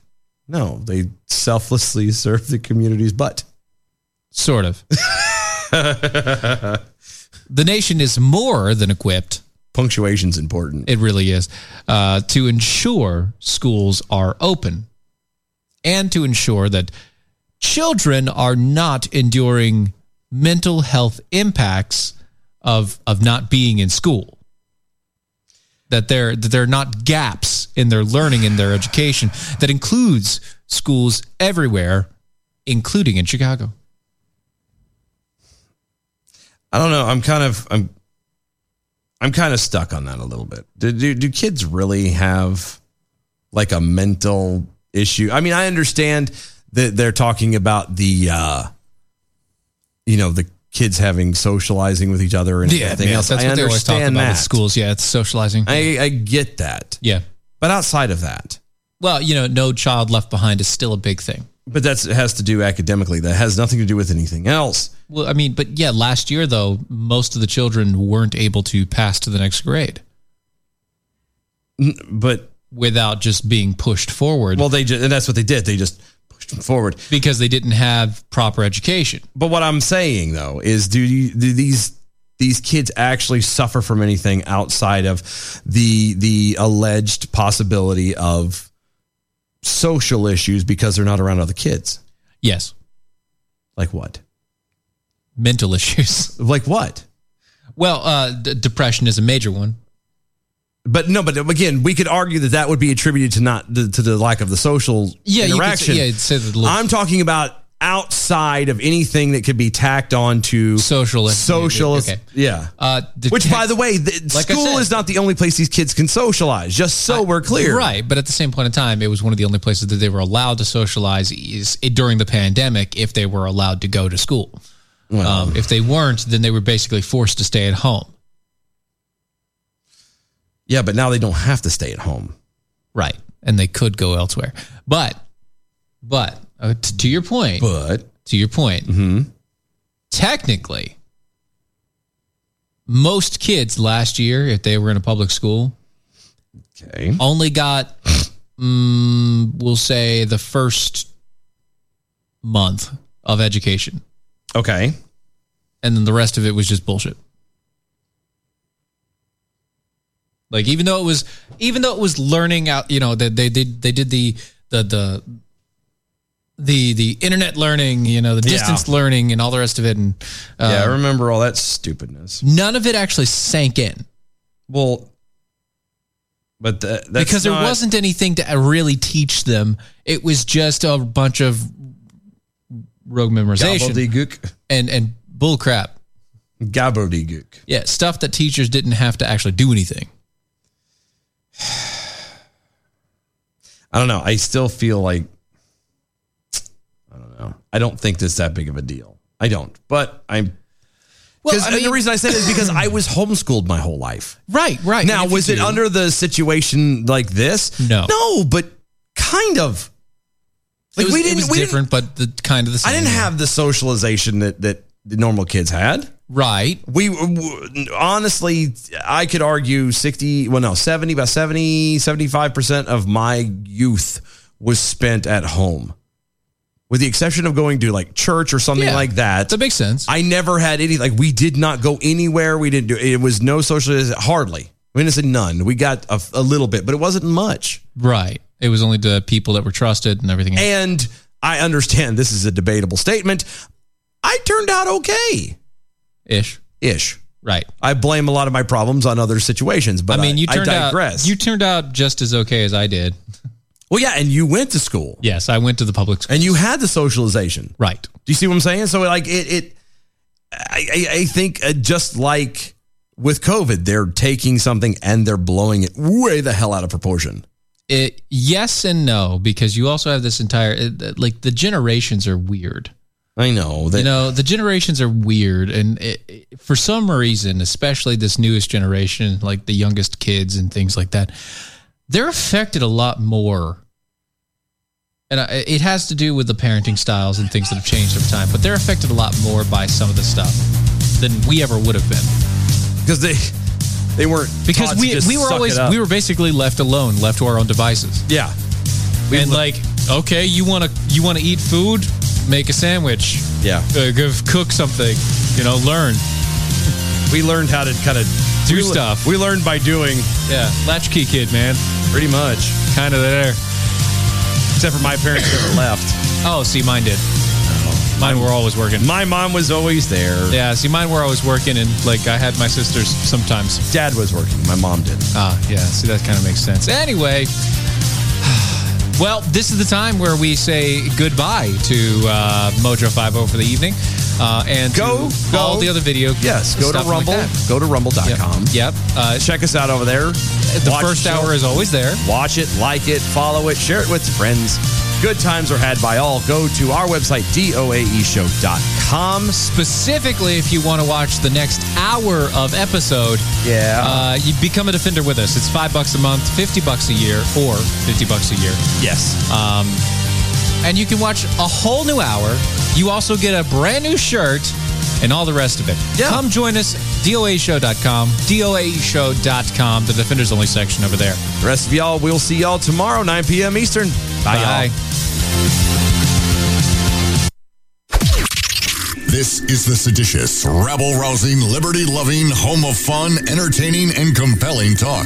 no, they selflessly serve the [LAUGHS] communities, but sort of. [LAUGHS] the nation is more than equipped. Punctuation's important. It really is. Uh, to ensure schools are open and to ensure that children are not enduring mental health impacts of of not being in school. That there that there are not gaps in their learning and their education that includes schools everywhere, including in Chicago. I don't know. I'm kind of I'm I'm kind of stuck on that a little bit. Do, do do kids really have like a mental issue? I mean, I understand that they're talking about the uh you know, the kids having socializing with each other and everything else. That's I what they always talk understand about in that. schools. Yeah, it's socializing. I, I get that. Yeah. But outside of that, Well, you know, no child left behind is still a big thing. but that's it has to do academically. That has nothing to do with anything else. Well, I mean, but yeah, last year though, most of the children weren't able to pass to the next grade. But without just being pushed forward. Well, they just, and that's what they did. They just pushed them forward because they didn't have proper education. But what I'm saying though is, do you, do these these kids actually suffer from anything outside of the the alleged possibility of social issues because they're not around other kids? Yes. Like what? Mental [LAUGHS] issues. Like what? Well, uh, d- depression is a major one. But no, but again, we could argue that that would be attributed to not to, to the lack of the social Yeah, you could say- interaction. yeah, it's said that- I'm talking about outside of anything that could be tacked on to social social Okay. yeah. Uh, the Which, by text- the way, the, Like I school said. is not the only place these kids can socialize. Just so we're clear, Right, but at the same point in time, it was one of the only places that they were allowed to socialize is during the pandemic if they were allowed to go to school. um, if they weren't, then they were basically forced to stay at home. Yeah, but now they don't have to stay at home. Right. And they could go elsewhere. But, but uh, t- to your point, but mm-hmm, to your point, technically, most kids last year, if they were in a public school, okay. only got, mm, we'll say, the first month of education. Okay. And then the rest of it was just bullshit. Like even though it was even though it was learning out, you know, that they did they did the the the the the internet learning, you know, the Yeah. distance learning and all the rest of it and uh, yeah, I remember all that stupidness. none of it actually sank in. Well, but tha- that's because there not- wasn't anything to really teach them. It was just a bunch of rogue memorization Gobbledygook. and and bull crap. Gobbledygook. Yeah, stuff that teachers didn't have to actually do anything. I don't know. I still feel like I don't know. I don't think that's that big of a deal. I don't. But I'm Well, because I the mean- reason I said it is because I was homeschooled my whole life. Right, right. Now, And if was you it do- under the situation like this? No. No, but kind of. It was- it was didn't- different, but the kind of the same. I didn't yeah. have the socialization that that the normal kids had. Right. We w- honestly, I could argue 60, well, no, 70, about 70, 75% of my youth was spent at home. With the exception of going to like church or something Yeah, like that. That makes sense. I never had any, like, we did not go anywhere. We didn't do, it was no socialization, hardly. I mean, it's a none. We got a, a little bit, but it wasn't much. Right. It was only the people that were trusted and everything else. And I understand this is a debatable statement. I turned out okay. Ish. Ish. Right. I blame a lot of my problems on other situations, but I mean, you I turned digress. out you turned out just as okay as I did. Well, yeah, and you went to school. Yes, I went to the public school, and you had the socialization. Right. Do you see what I'm saying? So, like, it, it I, I, I think uh, just like with COVID, they're taking something and they're blowing it way the hell out of proportion. It, yes and no because you also have this entire it- like the generations are weird. I know that you know the generations are weird, and it, it- for some reason, especially this newest generation, like the youngest kids and things like that, they're affected a lot more. And I- it has to do with the parenting styles and things that have changed over time, but they're affected a lot more by some of the stuff than we ever would have been because they they weren't because taught to we just we were suck it always up. we were basically left alone, left to our own devices. Yeah, and like okay, you want to you want to eat food, make a sandwich. Yeah. uh, go cook something. You know, learn. We learned how to kind of do we le- stuff. we learned by doing. Yeah, latchkey kid, man. Pretty much. Kind of there. Except for my parents never [COUGHS] left. Oh, see, mine did. Mine were always working. My mom was always there. Yeah, see, mine were always working, and like I had my sisters sometimes. Dad was working. My mom did. Ah, yeah. See, that kind of makes sense. Anyway, [SIGHS] well, this is the time where we say goodbye to uh, Mojo Five O for the evening, uh, and go, to all the other video. Yes, go to stuff like Rumble. that. go to rumble.com. Yep. Uh, Check us out over there. The first hour is always there. Watch it, like it, follow it, share it with friends. Good times are had by all. Go to our website, E doaeshow.com. Specifically, if you want to watch the next hour of episode, yeah, uh, you become a defender with us. It's five bucks a month, fifty bucks a year, or fifty bucks a year. Yes. Um, and you can watch a whole new hour. You also get a brand new shirt and all the rest of it. Come join us, doashow.com, doashow.com, the Defenders Only section over there. The rest of y'all, we'll see y'all tomorrow, 9 p.m. Eastern. Bye, y'all. This is the seditious, rabble rousing, liberty loving, home of fun, entertaining, and compelling talk.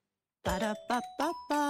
Ba-da-ba-ba-ba.